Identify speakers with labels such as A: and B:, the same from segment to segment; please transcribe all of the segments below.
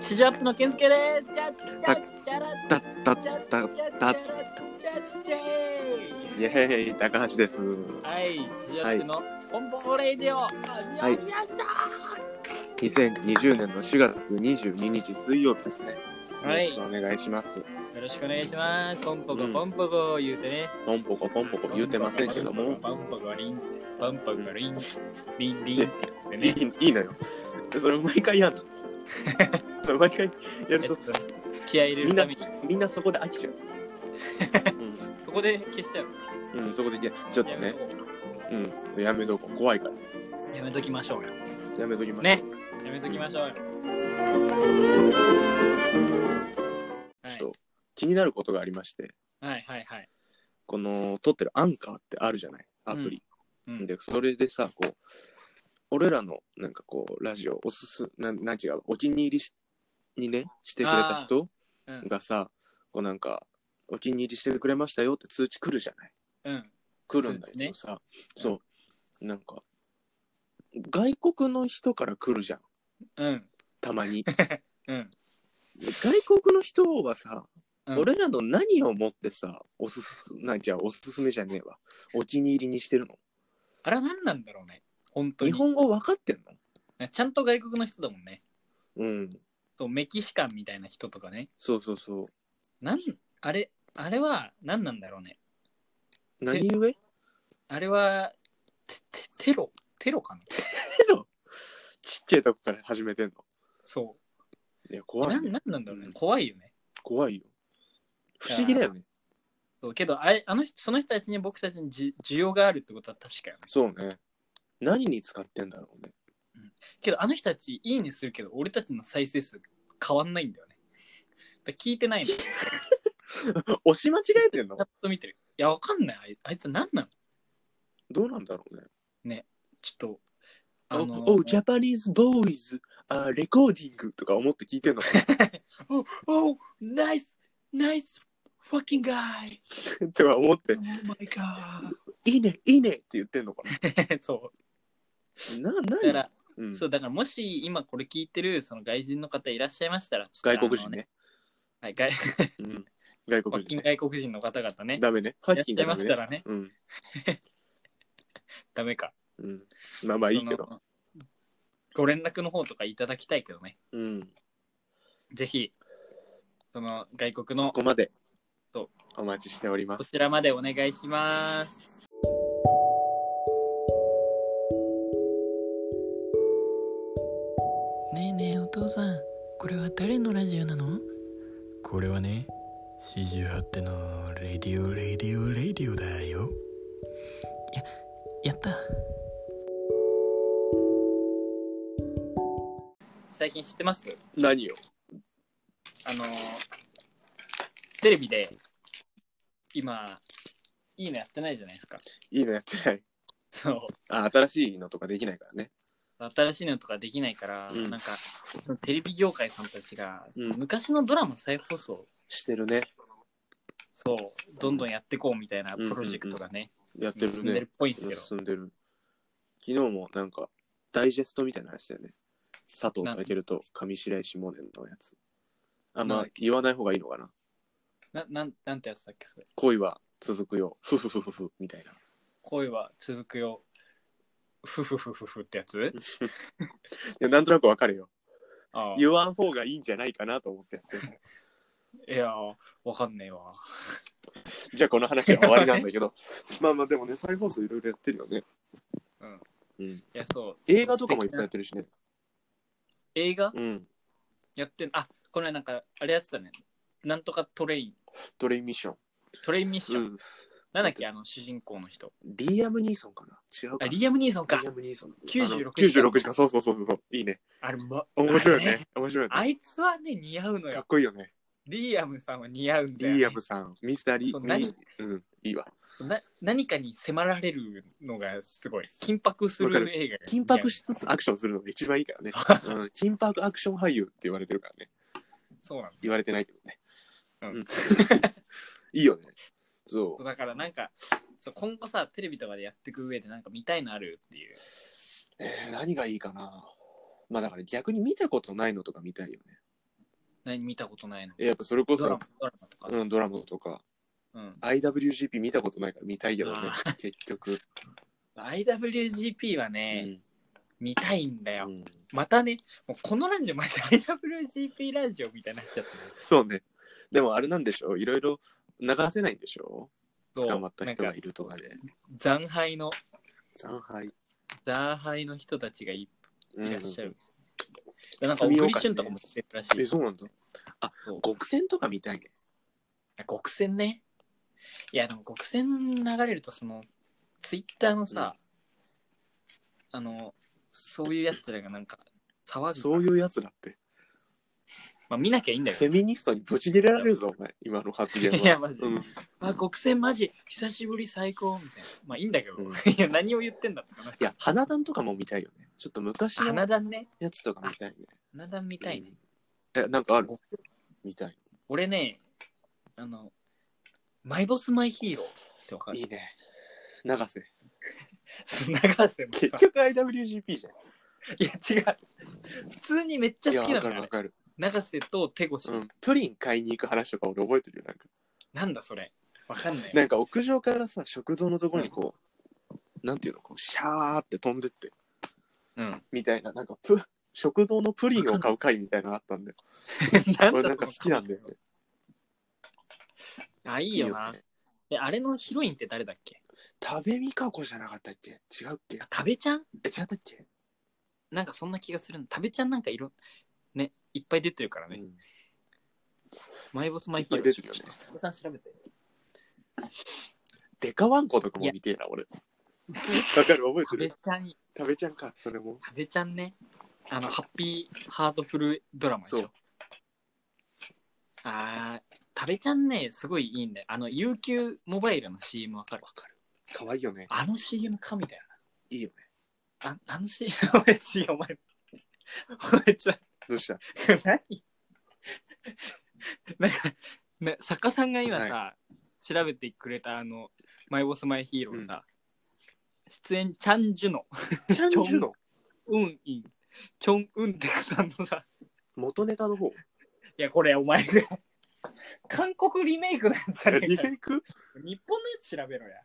A: シジャンプの健介です。じゃじゃじゃら
B: だだ
A: じゃじ
B: だ
A: ゃじゃ
B: だ
A: じゃじゃー
B: イエーイ高橋です
A: はい、シジャンプのポンポンレイディオ。
B: い
A: 始まりました。
B: 2020年の4月22日水曜日ですねよ
A: は
B: ろ
A: い
B: しくお願いします
A: よろしくお願いします。ポンポコ
B: うん
A: ポンポコ言うてね。
B: ポンポコポンポコ言うてませんけども
A: ポンポコリン、ポンポコリン、リンリンって言って
B: い
A: ね。
B: いいいのよそれ毎回やんのそれ毎回やる
A: ちょ
B: と
A: っと気合い入れるために、
B: みんなそこで飽 きちゃう
A: そこで消しちゃう。
B: うん、うん、そこでいやちょっと
A: やめ
B: ね
A: とこ
B: うんやめとこう怖いから
A: うやめときましょうよ。
B: やめときましょう
A: ね、やめときましょうよ。はい
B: ちょっと気になることがありまして
A: はいはいはい。
B: この撮ってるアンカーってあるじゃないアプリ、
A: うん
B: でそれでさこう俺らのなんかこうラジオおすすなんなん違うお気に入りしにねしてくれた人
A: あーうん
B: がさ、こうなんかお気に入りしてくれましたよって通知来るじゃない
A: うん。
B: 来るんだけどさ
A: 通知
B: そう,、
A: ね
B: なんか外国の人から来るじゃん
A: うん。
B: た まに
A: うん。
B: 外国の人はさ、
A: うん
B: 俺らの何をもってさおすすなんじゃあおすすめじゃねえわお気に入りにしてるの
A: あれは何なんだろうね。本当に。
B: 日本語分かってんの
A: ちゃんと外国の人だもんね。
B: うん
A: そう、メキシカンみたいな人とかね。
B: そうそうそう
A: なん、あれ、あれは何なんだろうね。
B: 何故テ
A: あれは、ててテロテロかな
B: ロちっちゃいとこから始めてんの
A: そ
B: いや
A: う。
B: 怖、
A: ないん
B: ね、
A: なんなんだろうね
B: う。ん
A: 怖いよね。
B: 怖いよ不思議だよね
A: そうけどあれあの人、その人たちに僕たちにじ需要があるってことは確かよね。
B: そうね何に使ってんだろうね
A: けどあの人たちいいねするけど俺たちの再生数変わんないんだよね。だから聞いて ないの。チ
B: 押し間違えてんの
A: ャット見てる。いやわかんないあい。あいつ何なの
B: どうなんだろうね
A: ちょっと。
B: あ
A: あの
B: おおジャパニーズボーイズあレコーディングとか思って聞いてんのかな
A: おおナイスナイスファッキンガイ
B: とか思って
A: オーマイガ
B: いいねいいねって言ってんのか
A: ー そ
B: なな
A: う。だか
B: 何
A: ら、
B: うん
A: そう、だからもし今これ聞いてるその外人の方いらっしゃいましたら、ちょっと
B: 外国人ね。
A: あのはい、外
B: うん、外
A: ファ
B: 国
A: ッキン
B: 人ね
A: 外国人の方々ね。
B: ダメね
A: い
B: ファ
A: ら
B: ッ
A: っ
B: キン
A: しゃ
B: が
A: いま
B: ダ
A: した
B: メね
A: らね、
B: うん
A: ダメか。
B: うんまあまあいいけど
A: そのご連絡の方とかいただきたいけどね。
B: うん
A: ぜひ、その外国の
B: ここまで
A: そう
B: お待ちしておりま
A: こ
B: す。
A: ちらまでお願いします。
C: ねえねえお父さんこれは誰のラジオなの
D: これはね48のレディオレディオレディオだよ
C: やった
A: 最近知ってます
B: 何よ
A: あのーテレビで今いいのやってないじゃないですか
B: いいのやってない。
A: そう
B: あ、新しいのとかできないからね。
A: 新しいのとかできないから、
B: うん
A: なんかテレビ業界さんたちが、
B: うん
A: 昔のドラマ再放送
B: してるね。
A: そうどんどんやってこうみたいなプロジェクトがね、
B: やってる
A: 進んでる
B: ね
A: っ。ぽいんですけど、
B: 進んでる。昨日もなんか、ダイジェストみたいな話だよね。佐藤健と上白石萌音のやつ。あ、ま
A: なん
B: あ
A: だっ、
B: 言わない方がいいのかな。
A: ななんなんてやつだっけそれ
B: 恋は続くよ。ふふふふふみたいな。
A: 恋は続くよふふふふふってやつ
B: いや、なんとなくわかるよ。
A: ああい
B: 言わん方がいいんじゃないかなと思ってやってるね。
A: やーわかんねえわ
B: じゃあこの話は終わりなんだけ ど。まあまあ、でもね、再放送いろいろやってるよね。
A: うん。
B: うん。
A: いやそう
B: 映画とかもいっぱいやってるしね。
A: 映画
B: うん。
A: やってんあこれなんかあれやってたねなんとかトレイン
B: トレインミッション。
A: トレインミッション、
B: うん。
A: なんだっけあの主人公の人
B: リアム・ニーソンかな違うか
A: あ
B: な
A: リアム・ニーソンか
B: リアム・ニーソン。
A: 96
B: あの96時間。そうそうそうそう。いいね。
A: あれ、ま、
B: 面白いよ
A: あれ
B: ね。面白いよ
A: あ
B: ね。
A: いつはね似合うの
B: かっ
A: よ
B: こいいよね。
A: リアムさんは似合うんだよ、ね、
B: リアムさん、ミスターリ
A: そう
B: ー。
A: 何
B: ミうん、いいわ。
A: な何かに迫られるのがすごい緊迫する
B: わかる
A: 映画が
B: 緊迫しつつアクションするのが一番いいからね。うん、緊迫アクション俳優って言われてるからね。
A: そうなんだ
B: 言われてないけどね。
A: うん
B: うん。 いいよね。そ
A: そうう。だからなんかそう今後さテレビとかでやっていく上でなんか見たいのあるっていう
B: えー何がいいかな。まあだから逆に見たことないのとか見たいよね。
A: 何見たことないの
B: えやっぱそれこ
A: ドラ
B: そ
A: マ、ドラマとか。
B: うん、ドラマとか、
A: うん。
B: IWGP 見たことないから見たいけどね
A: あ、
B: 結局。
A: IWGP は
B: う
A: ね、
B: ん
A: 見たいんだよ。
B: うん
A: またね、もうこのラジオ、また IWGP ラジオみたいになっちゃってる。
B: そうね。でもあれなんでしょういろいろ流せないんでしょ
A: そう
B: 捕まった人
A: な
B: が
A: んか
B: いるとかで。
A: 残骸の、
B: 残骸。
A: 残骸の人たちがい
B: うん
A: いらっしゃるんですね。でなんか、小栗旬とかも出てるらしい。
B: え、そうなんだ。
A: そう
B: 極戦とか見たいね。
A: 極戦ね。いや、でも極戦流れると、その、ツイッターのさ、あの、そういうやつらがなんか、騒ぐ。
B: そういうやつだって。
A: まあ、見なきゃいいんだけ
B: フェミニストにぶち切れられるぞ、お前。今の発言
A: ど。
B: は。
A: いや、マジで。
B: うん。
A: あ、極戦マジ、久しぶり最高みたいな。まあ、いいんだけど、
B: うん
A: いや、何を言ってんだって話。
B: いや、花壇とかも見たいよね。ちょっと昔
A: 花
B: の
A: 壇ね。
B: やつとか見たいね。
A: 花壇見たいね。
B: うん。え、なんかある見たい。
A: 俺ね、あの、マイボスマイヒーローってわかる
B: いいね。永瀬。
A: その長瀬もさ
B: 結局 IWGP じゃん。
A: いや、違う。普通にめっちゃ
B: いや、
A: 好きな
B: わ
A: のよ
B: かる
A: あ
B: わ
A: れ。
B: かる。
A: 長瀬と手越、
B: うん。プリン買いに行く話とか俺覚えてるよ。なんか、
A: なんだそれ。わかんない。
B: なんか屋上からさ、食堂のとこにこう、なんていうの、こう、シャーって飛んでって、
A: うん。
B: みたいな、なんかプ、 食堂のプリンを買う回みたいなのあったんで、
A: な
B: 俺なんか好きなんだよね。
A: あ、いいよな。え、あれのヒロインって誰だっけ
B: 食べみかこじゃなかったっけ違うっけ
A: 食べちゃん
B: え、違ったっけ、
A: なんかそんな気がするの。食べちゃんなんかいろ、ね、いっぱい出てるから
B: う
A: ね。
B: ん、
A: マイボスマイヒーロ
B: いっ
A: ー。
B: ぱい出てるよね
A: ちょっと佐々木さん調べて。
B: デカワンコとかも見てえな、俺。わかる覚えて
A: 食べち
B: る
A: ゃん、食
B: 食べちゃんか、それも。
A: べちゃんね。あの、ハッピーハートフルドラマでし
B: そう
A: ょ。あー、食べちゃんね、すごいいいんだよ。あの、UQ モバイルの CM わかるわかる。
B: かわいいよね。
A: あの CM 神だよ
B: いいよね。
A: な。ああの CM、お前 CM、お前、お前ちょっと
B: どうした
A: 何 なんか、ね、作家さんが今さ、調べてくれたあの、マイボスマイヒーローさ、出演、チャン・ジュノ、
B: チャンジュの
A: ウン・イン、チョン・ウンテクさんのさ、
B: 元ネタの方。
A: いや、これお前が、韓国リメイクなんじゃねえ
B: リ
A: か
B: メ。イク
A: 日本のやつ調べろや。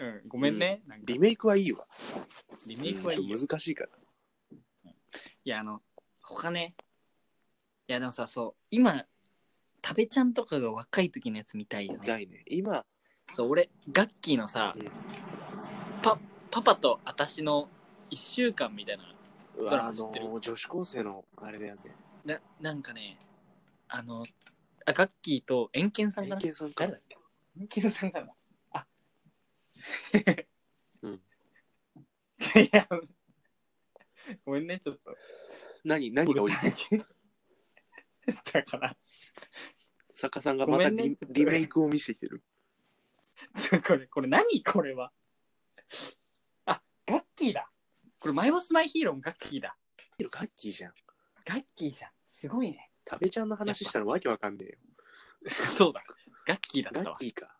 A: うん、ごめんね。なんか
B: リメイクはいいわ。
A: リメイクはいいよ。
B: うん難しいから。
A: いや、あの、他ね。いや、でもさ、そう、今、食べちゃんとかが若い時のやつ見たいよ
B: 見
A: ね。
B: たいね。今、
A: そう、俺、ガッキーのさ、
B: うん
A: パ、パパと私の1週間みたいな、
B: う
A: ド
B: わ
A: ラ
B: あ
A: マ
B: の
A: 知ってる
B: ー女子高生のあれだよね。
A: ななんかね、あの、あガッキーとエンケンさんか
B: 偏
A: な
B: 見さんか
A: 誰。だっけエンケンさんかなあ、
B: うん
A: いや、ごめんね、ちょっと。
B: 何、何が多い
A: だから、
B: 作家さんがま
A: ごめ
B: た
A: ん
B: リ
A: ね
B: リメイクを見せてきてる。
A: これ、これ何これは。あ、ガッキーだ。これ、マイボスマイヒーローもガッキーだ。
B: ガッキーじゃん。
A: ガッキーじゃん。すごいね。
B: 食べちゃんの話したのわけわかんねえよ。
A: そうだ。ガッキーだ
B: ガ
A: ったわ
B: ッ。キーか。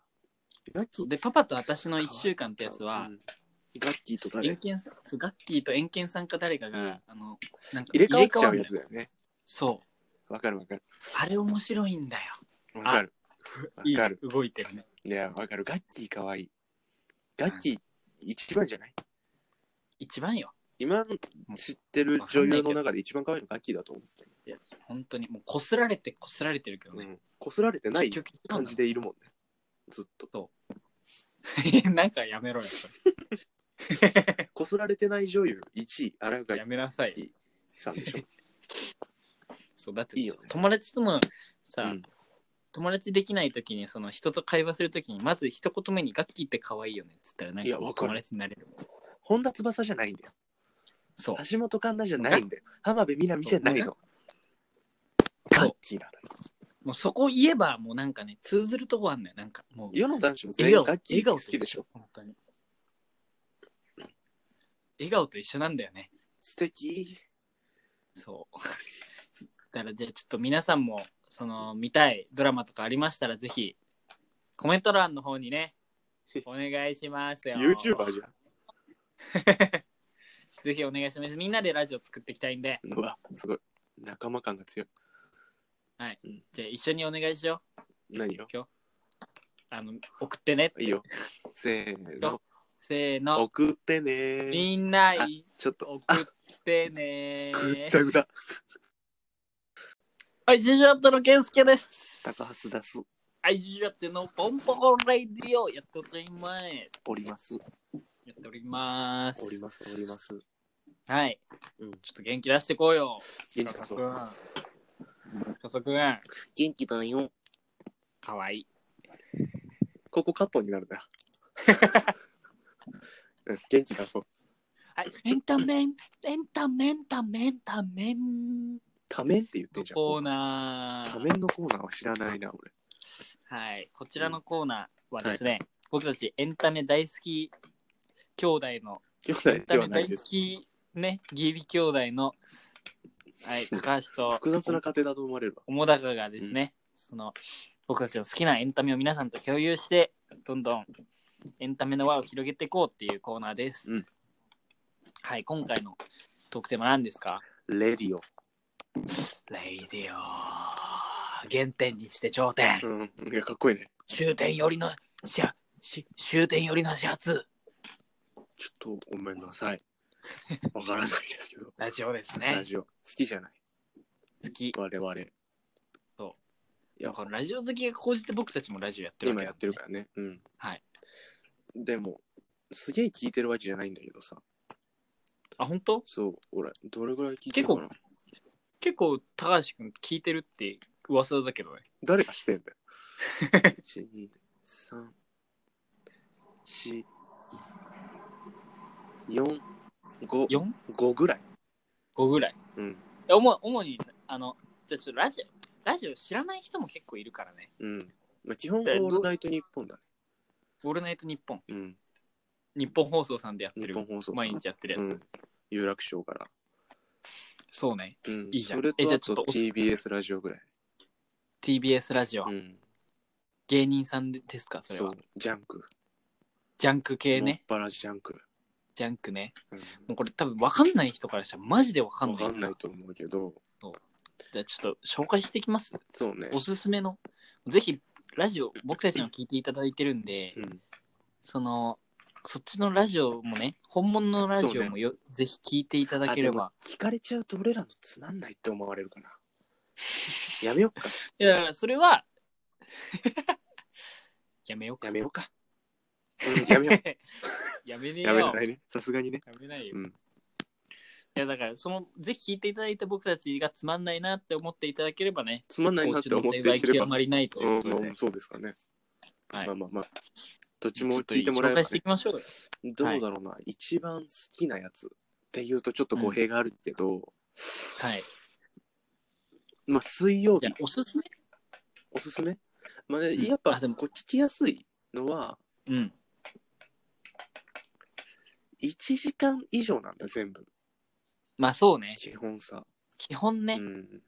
B: ガッキー
A: で、パパと私の1週間ってやつは
B: う、んガッキーと
A: 遠
B: 誰
A: 見さんそうガッキーと遠見さんか誰かが、
B: うん
A: あの、なんか
B: 入れ替わっちゃう
A: る
B: やつだよね。
A: そう。
B: わかるわかる。
A: あれ面白いんだよ。
B: わかる。
A: い
B: わ
A: い
B: かる。
A: 動いてるね。
B: いや、わかる。ガッキーかわいい。ガッキー一番じゃない
A: 一番よ。
B: 今知ってる女優の中で一番可愛いのガッキーだと思
A: 本当に。もう、こすられて、こすられてるけど
B: う。う
A: ね。
B: ん。こすられてない
A: 結局一番
B: 感
A: だ
B: じでいるもんね。ずっと。
A: なんかやめろよ。そ
B: こすられてない女優1位、荒
A: れ
B: 垣
A: やめなさい。
B: さんでしょ。
A: そう、だって、
B: いいよね。
A: 友達とのさ、
B: うん
A: 友達できないときに、その人と会話するときに、まず一言目にガッキーって可愛いよねっつったら、なん
B: いやわ
A: か
B: かる
A: 友達になれる。
B: 本田翼じゃないんだよ。
A: そう。
B: 橋本環奈じゃないんだよ。浜辺美波じゃないの。
A: そう
B: ガッキーなのよ。
A: もうそこ言えば、もうなんかね、通ずるとこあんのよ。なんか、もう。
B: 世の男子も全
A: 笑顔
B: 員ガッキ
A: 笑
B: ー
A: 顔
B: 好
A: と一緒
B: きでしょ。
A: 本当に笑顔と一緒なんだよね
B: 素敵。
A: そうだからじゃあちょっと皆さんもその見たいドラマとかありましたらぜひコメント欄の方にねお願いしますよ
B: YouTuber じゃ
A: ぜひお願いしますみんなでラジオ作っていきたいんで
B: ん。うわ、すごい。仲間感が強い。
A: じゃあ一緒にお願いしよ
B: 何よ
A: う。あの、送ってね。
B: いいよ。せーの。
A: せーの。
B: 送ってねー。
A: みんな
B: あ
A: い
B: ちょっと、
A: 送ってね
B: ぐったぐた。
A: はい、ジュジュアットのケンスケです。
B: 高橋出す。
A: はい、ジュジュアットのポンポコレディオやっております。
B: おります。
A: やっておりま
B: おり
A: す。
B: ます、おります。
A: はい。
B: うん
A: ちょっと元気出してこうよ。
B: 元気
A: 加
B: だ
A: 速
B: ぞ
A: くん。加速くん。
B: 元気だよ。
A: かわいい。
B: ここカットになるな。 うん元気出そう。
A: はい。エンタメン、エンタメンタメンタメンの
B: 多面って言ってんじゃん。
A: コーナ
B: 多
A: ー。
B: 面のコーナーは知らないな、俺。
A: はい。こちらのコーナーはですね、僕たちエンタメ大好き兄弟の、
B: 兄
A: エン
B: 弟
A: タ
B: で
A: メ
B: はな
A: 大
B: いで
A: 好
B: す。
A: きね、ギリ兄弟の、はい、高橋と、
B: 複雑な家庭だと思われるわ。
A: おもだかがですね、その僕たちの好きなエンタメを皆さんと共有してどんどんエンタメの輪を広げていこうっていうコーナーです、
B: うん
A: はい今回のトークテーマ何ですか
B: レディオ。
A: レイディオ原点にして頂点
B: うん。いや、かっこいいね。
A: 終点よりのシャし終点よりのシャツ
B: ちょっとごめんなさい。わからないですけど。
A: ラジオです
B: ラ
A: ね
B: ジオ。好きじゃない。
A: 好き
B: 我々。
A: そ
B: いや、
A: このラジオ好きが講じて僕たちもラジオやってるわ
B: 今
A: け
B: や
A: だもんね
B: ってるからね。うん。
A: はい。
B: でも、すげえ聞いてるわけじゃないんだけどさ。
A: あ本当
B: そう、俺、どれぐらい聞いてるかな
A: 結構高橋君聞いてるって噂だけどね
B: 誰がしてんだよ。1、2、3、4、4、5、
A: 4?
B: 5ぐらい。
A: 5ぐらい
B: うん。
A: え主主にあのじゃあちょっとラジオラジオ知らない人も結構いるからね
B: うん。まあ、基本、オ
A: えど
B: ールナイト日本だね。
A: 「オールナイトニッポン
B: うん。」
A: 日本放送さんでやって
B: 日
A: る
B: 本放送さん
A: 毎日やってるやつ、
B: うん。有楽町から。
A: そうね
B: うん。
A: いいじゃん
B: それ
A: えじゃ
B: と、
A: あ
B: あ
A: ちょっと
B: と
A: おす
B: TBS ラジオぐらい。
A: TBS ラジオ、
B: うん。
A: 芸人さんですかそれ
B: そ
A: は
B: う、ジャンク。
A: ジャンク系
B: もっ
A: ね
B: ぱらジャンク。
A: ジャンクね
B: うん
A: もうこれ多分分かんない人からしたらマジで分かん
B: わ
A: ない
B: かんないと思うけど、
A: じゃあちょっと紹介していきます
B: そうね。
A: おすすめのぜひラジオ僕たちの聞いていただいてるんで、
B: うん。
A: そのそっちのラジオもね本物のラジ
B: そう
A: オ
B: ね
A: もよ、ぜひ聞いていただ
B: あ
A: け
B: で
A: れ
B: も
A: ば
B: 聞かれちゃうと俺らのつまんないって思われるかな。やめよっか。
A: いやいや、それは、 やめようか。
B: やめよ うか。うん、やめよう。
A: やめねえよ。
B: やめないね。さすがにね。
A: やめないよ。
B: うん
A: いや、だから、その、ぜひ聞いていただいた僕たちがつまんないなって思っていただければね、
B: つまんないなって思ってい
A: 幸中
B: け
A: の幸
B: れ
A: い極
B: ば。
A: まりないと
B: う
A: い
B: ん
A: うことで、
B: うん、そうですかね。
A: はい
B: まあまあまあ。どっち
A: ち
B: も
A: ょっと
B: 聞いてもらえ
A: 紹
B: ば、
A: 介してい
B: ね
A: き、ましょうよ。
B: どうだろうな、一番好きなやつっていうとちょっと語弊があるけど、
A: はい。
B: まあ水曜
A: じゃ
B: 日
A: あ、おすすめ
B: おすすめまあね、
A: うん
B: やっぱ
A: あでも
B: こう聞きやすいのは
A: うん。
B: 1時間以上なんだ全部
A: まあ、そうね。
B: 基本さ。
A: 基本ね。
B: うん、っ
A: うん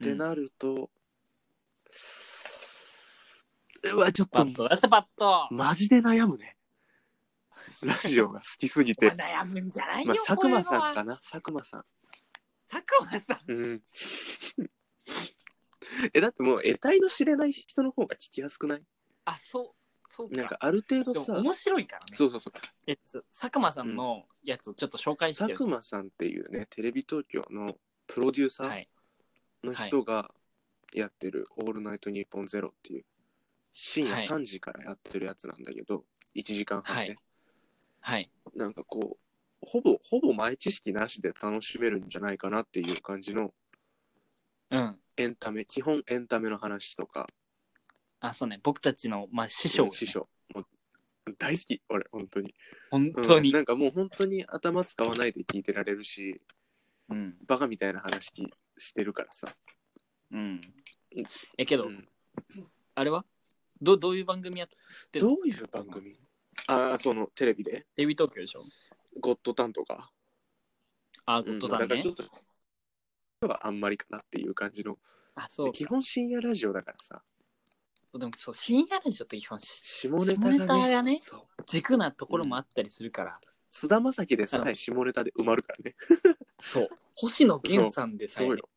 B: てなると、うわちょっ
A: パ
B: と
A: ッと、出せパッと。
B: マジで悩むね。ラジオが好きすぎ
A: お
B: て。
A: 前悩むんじゃないよ、
B: まあ、佐久間
A: こういうの
B: さ
A: は
B: んかな佐久間さん。
A: 佐久間さん。
B: うん。 え、だってもう、得体の知れない人の方が聞きやすくない
A: あ、そう、そうか。
B: なんか、ある程度
A: で
B: さ
A: も、面白いからね。
B: そうそうそう、
A: えそう佐久間さんのやつをちょっと紹介して
B: 佐
A: よ
B: 久間さんっていうね、テレビ東京のプロデューサ
A: は
B: ー
A: い。
B: の人がやってる、オールナイトニッポンゼロっていう、深夜
A: はい
B: 3時からやってるやつなんだけど、1時間半
A: は
B: ね、
A: いはい。
B: なんかこう、ほぼ、ほぼ前知識なしで楽しめるんじゃないかなっていう感じの
A: うん。
B: エンタメ、基本エンタメの話とか、
A: あ、そうね。僕たちの、まあ、師匠、
B: 師。匠。もう大好き、俺、本当に。
A: 本
B: うん
A: 当に。
B: なんかもう本当に頭使わないで聞いてられるし
A: うん。
B: バカみたいな話してるからさ、
A: うん。え、けど、
B: うん
A: あれはどどういう番組やってる
B: どういう番組ああそのテレビで
A: テレビ東京でしょ
B: 「ゴッドタン」とか
A: あ、
B: 「
A: ゴ
B: う
A: ッ
B: ん
A: ドタ
B: だ
A: ン
B: か
A: ね
B: らちょ。っと人があんまりかなっていう感じの
A: あ、そう
B: 基本深夜ラジオだからさ
A: そう。でも、そう、深夜ラジオって基本、し
B: 下ネ
A: 下
B: タ
A: ネ
B: が
A: タ
B: ね
A: がね、
B: そう
A: 軸なところもあったりするから、
B: 菅田将暉でさ
A: あ
B: え下ネタで埋まるからね
A: そう。星野源さんでさ
B: そ
A: え
B: う
A: ね、
B: よ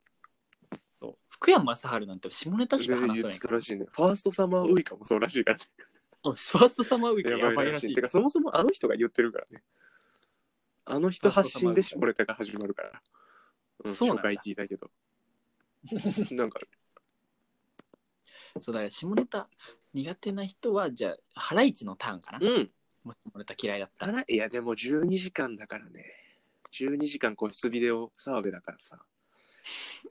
A: そう福山雅治なんて下ネタしか
B: で
A: 話さ
B: 言っ
A: ない
B: て
A: か
B: た
A: ら
B: らしいね。ファーストサマーウイカもそうらしいから、ね、
A: そうファーストサマーウイカや
B: やば
A: ばい
B: い
A: ら
B: ら
A: し
B: し
A: い
B: い。てか、そもそもあの人が言ってるからね。あの人発信で下ネタが始まるから。うん、
A: そうなんだ
B: 初回聞い たけど。なんか、
A: そうだから下ネタ苦手な人はじゃあハライチのターンかな
B: うん。
A: もし下ネタ嫌いだった
B: あ
A: ら
B: ら、いや、でも12時間だからね。12時間個室ビデオ澤部だからさ。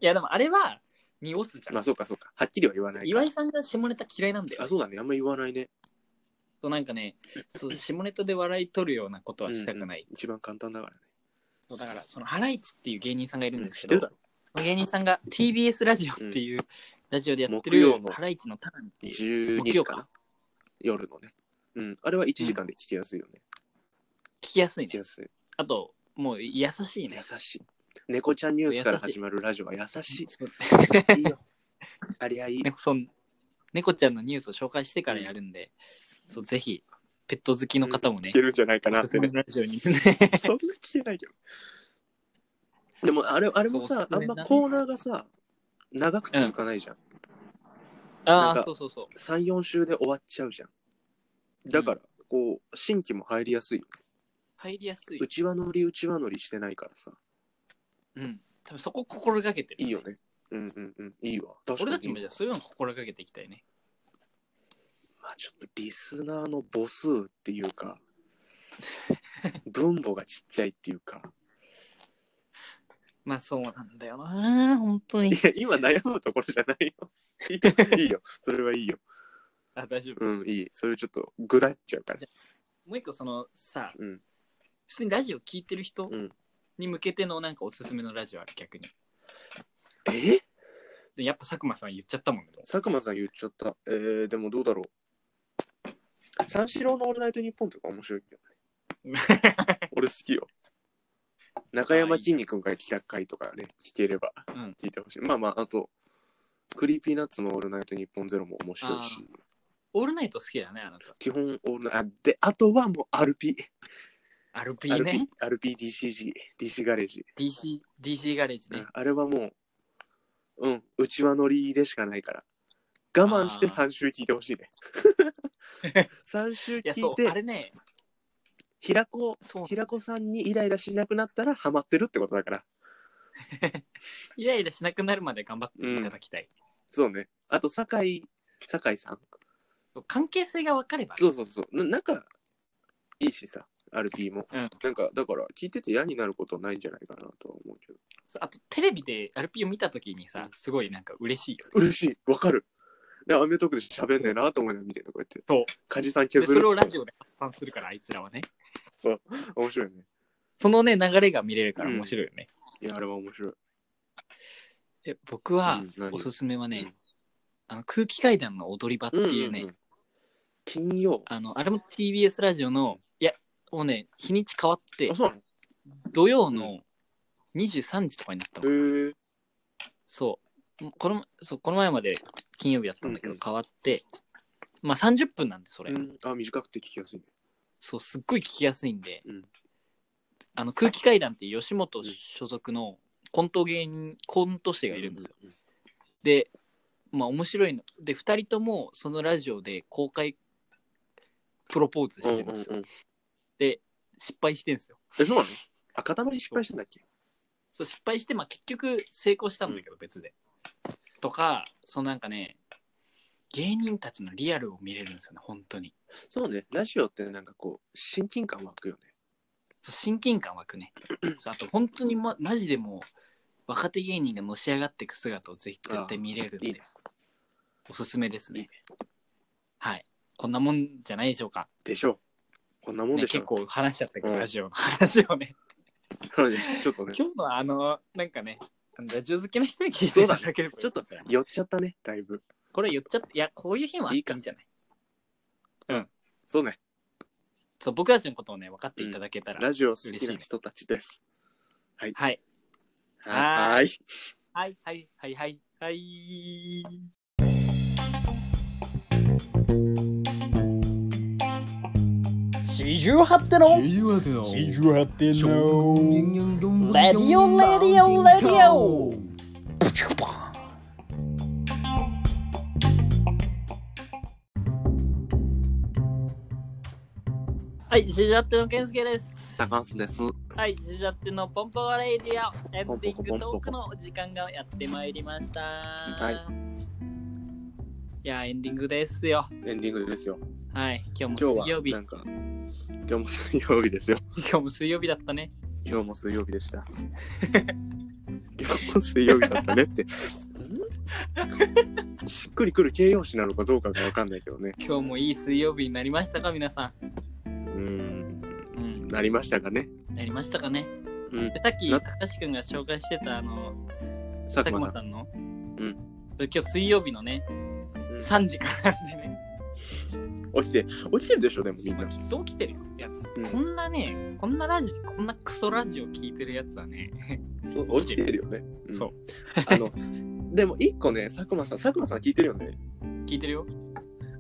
A: いやでもあれは濁すじゃん、
B: まあ、そうかそうか。はっきりは言わないか
A: 岩
B: ら
A: 井。さんが下ネタ嫌いなんだよ
B: あ、そうだね。あんま言わないね。
A: そうなんかねそう下ネタで笑い取るようなことはしたくない、
B: 一番簡単だからね。
A: そうだからそのハライチっていう芸人さんがいるん
B: うん
A: です
B: 知
A: け
B: っ
A: ど、
B: てるだろ。
A: その芸人さんが TBS ラジオっていうラジオでやって
B: 木
A: る
B: 曜の
A: ハライチのターンっていう
B: 12
A: 木
B: 時
A: 曜
B: か
A: か
B: な。夜のね。うん。あれは1時間で聞きやすいよね。
A: 聞きやすい
B: 聞き
A: ね
B: やすい。
A: あともう優しいね
B: 優しい。猫ちゃんニュースから始まるラジオは優しい。
A: そう
B: いいよ。ありゃいい。
A: 猫そん猫ちゃんのニュースを紹介してからやるんで、そうぜひペット好きの方もね
B: 聞、けるんじゃないかな
A: お
B: っ
A: すす
B: て
A: め
B: ね。
A: のラジ オに
B: そんな聞けないけど。でもあれあれも
A: そうお
B: さ
A: す、す
B: あ
A: め
B: ん
A: だね
B: まコーナーがさ、長く続かないじゃん。
A: あ
B: なん
A: あ
B: か
A: そうそうそう
B: 3、4週で終わっちゃうじゃん。だから、こう、新規も入りやすいよ。、
A: 入りやすいう
B: ちわのりうちわのりしてないからさ。
A: うん、多分そこ心がけてる
B: いいよね。うんうんうん。いいわ。確
A: 俺
B: か
A: たち
B: に。
A: もじゃあそういうの心がけていきたいね
B: まあちょっとリスナーの母数っていうか、分母がちっちゃいっていうか。
A: まあそうなんだよな本当に
B: いや、今悩むところじゃないよ。いいよいいよ。それはいいよ。
A: あ大丈夫
B: うん、いい。それちょっと、ぐだっちゃうから。
A: もう一個そのさ
B: うん。
A: 普通にラジオ聞いてる人
B: うん
A: に向けてのなんかおすすめのラジオある逆に
B: え
A: でやっぱ佐久間さん言っちゃったもんね
B: 佐久間さん言っちゃった。えー、でもどうだろう。三四郎のオールナイトニッポンとか面白いけどね。 俺好きよ。中山きんに君から企画会とかね、聞ければ
A: うん
B: 聞いてほしい。まあまあ、あと、クリーピーナッツのオールナイトニッポンゼロも面白いし、
A: オールナイト好きだねあなた
B: 基本オールナイト、あで、あとはもう RP、
A: RP ね
B: RP、RPDCG、DC ガレージ。
A: DC, DC ガレージ
B: う
A: ね、
B: んあれはもう、うん、うちわ乗りでしかないから。我慢して
A: あー
B: 3週聞いてほし いね。3週
A: いやそ
B: 聞いう
A: あ
B: て、
A: れね
B: 平子、
A: そう
B: 平子さんにイライラしなくなったらハマってるってことだから。
A: イライラしなくなるまで頑張っていただきたい、
B: そうね。あと、酒井、酒井さん。
A: 関係性が分かればね
B: そうそうそう。ななんか、いいしさ、RP も。
A: うん
B: なんか、だから、聞いてて嫌になることはないんじゃないかなとは思うけど。
A: あとテレビで RP を見た時にさすごいなんか嬉しいよ
B: 嬉しい、わかる。で、アメトークで喋んねえなと思いながら見てるの、こうやって。
A: そう。
B: 梶さん
A: で
B: 削
A: そ
B: る
A: れを
B: っつって
A: ラジオで発散するからあいつらはね
B: 面白いね。
A: そのね流れが見れるから面白いよね、
B: いや、あれは面白い。
A: え僕は
B: うん何
A: おすすめはね、
B: うん
A: あの空気階段の踊り場っていうね、
B: んんん金曜
A: あのあれも TBS ラジオのいやもうね日にち変わって
B: あそうなの
A: 土曜の23時とかになったの、
B: へえ
A: そうこのそうこの前まで金曜日だったんだけ
B: う
A: ど
B: んうん
A: 変わって、まあ30分なんでそれ、
B: うんあ短くて聞きやすいね
A: そうすっごい聞きやすいんで、
B: うん
A: あの空気階段っていう吉本所属のコント芸人コント師がいるんですよ、
B: うんうん
A: でまあ面白いので2人ともそのラジオで公開プロポーズしてるんですよ、
B: うんうんうん
A: 失敗してんですよ
B: えそうなのあ塊失敗したんだっけ
A: そう失敗して、まあ、結局成功したんだけど別で、とかそのなんかね芸人たちのリアルを見れるんですよね本当に
B: そうねラジオってなんかこう親近感湧くよね
A: そう親近感湧く ねそうあと本当に、ま、マジでもう若手芸人がのし上がっていく姿をぜひ絶対見れるんで
B: いいね
A: おすすめですね
B: いいね
A: はいこんなもんじゃないでしょうか、
B: でしょうこんなもん
A: ね、
B: でしょ
A: 結
B: う、
A: 構話しちゃったけど、
B: うん
A: ラジオの話をね
B: そうねちょっとね
A: 今日のあのなんかねラジオ好きな人に聞いていただければ
B: ちょっと
A: いいから
B: 寄っちゃったねだいぶ
A: これ言っちゃっていやこういう日もあっていいんじゃない
B: そうね
A: そう僕たちのことをね分かっていただけたら、
B: ラジオ好きな人たちです
A: はい
B: は
A: は
B: ーい
A: はいはいはいはいはい
E: 四十八手の四十八手のレディオレディオレディオ
A: はい、シジャッテのケンスケです。
B: 高須です。
A: はい、シジャッテのポンポワレイディオ、エンディングトークの時間がやってまいりました。
B: はい
A: いや、エンディングですよ。
B: エンディングですよ。
A: はい、今日
B: 今
A: も
B: 日
A: 水曜
B: は
A: 日。
B: なんか、今日も水曜日ですよ。
A: 今日も水曜日だったね。
B: 今日も水曜日で した。今日も水曜日だったねって。しっくりくる形容詞なのかどうかがわかんないけどね。
A: 今日もいい水曜日になりましたか、皆さ
B: うーん、
A: ん。うん、
B: なりましたかね。
A: なりましたかね。
B: うん
A: で、さっき、
B: な
A: 高橋くんが紹介してた、あの、
B: 佐
A: 佐久
B: 久
A: 間
B: 間さ
A: さんの。うん今日水曜日のね、
B: ん。さ
A: 3時からなんでね、
B: 起きて、起きてるでしょ、でもみん
A: まあ、
B: な。
A: きっと起きてるよ。いや、
B: うん
A: こんなね、こんなラジオ、こんなクソラジオ聞いてるやつはね、
B: そう起きてるよね。ん
A: そう。
B: あの、でも一個ね、佐久間さん、佐久間さん聞いてるよね。
A: 聞いてるよ。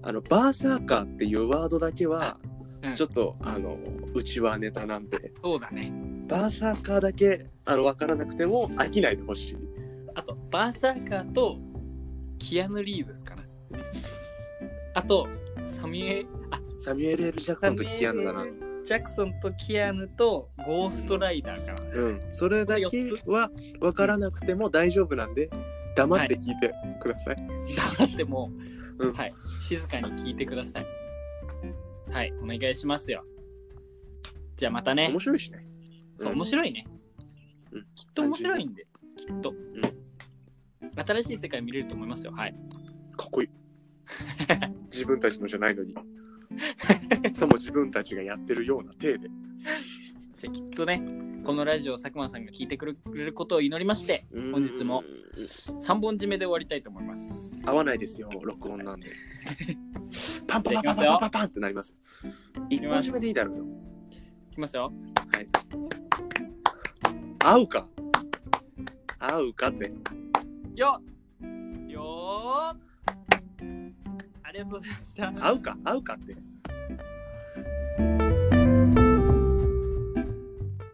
B: あの、バーサーカーっていうワードだけは
A: う、ん
B: ちょっと、あの、うちはネタなんで、
A: そうだね。
B: バーサーカーだけ、あの、わからなくても飽きないでほしい。
A: あと、バーサーカーと、キアヌ・リーブスかな。あと、サミュエ、あ、
B: サミュエル・エル・ジャクソンとキアヌだな。。
A: ジャクソンとキアヌと、ゴーストライダーかな。
B: うん。それだけはわからなくても大丈夫なんで、黙って聞いてください。
A: 黙っても、
B: うん
A: はい、静かに聞いてください。はい、お願いしますよ。じゃあまたね。
B: 面白いしね。
A: そう
B: うん
A: 面白いね、
B: うん
A: きっと面白いんで、きっと、新しい世界見れると思いますよ。はい。
B: か っこいい。自分たちのじゃないのに。さも自分たちがやってるような体で。
A: じゃあきっとね、このラジオを佐久間さんが聞いてくれることを祈りまして、本日も3本締めで終わりたいと思います。
B: 合わないですよ、録 音なんで。パンパ
A: じゃ
B: ン
A: あ
B: パン
A: いきま
B: パンパン
A: すよ
B: パンパンってなります。一本締めでいいだろうよ。
A: いきますよ。
B: 合うか合うかって。
A: よっよーありがとうございました。
B: 合うか合うかって。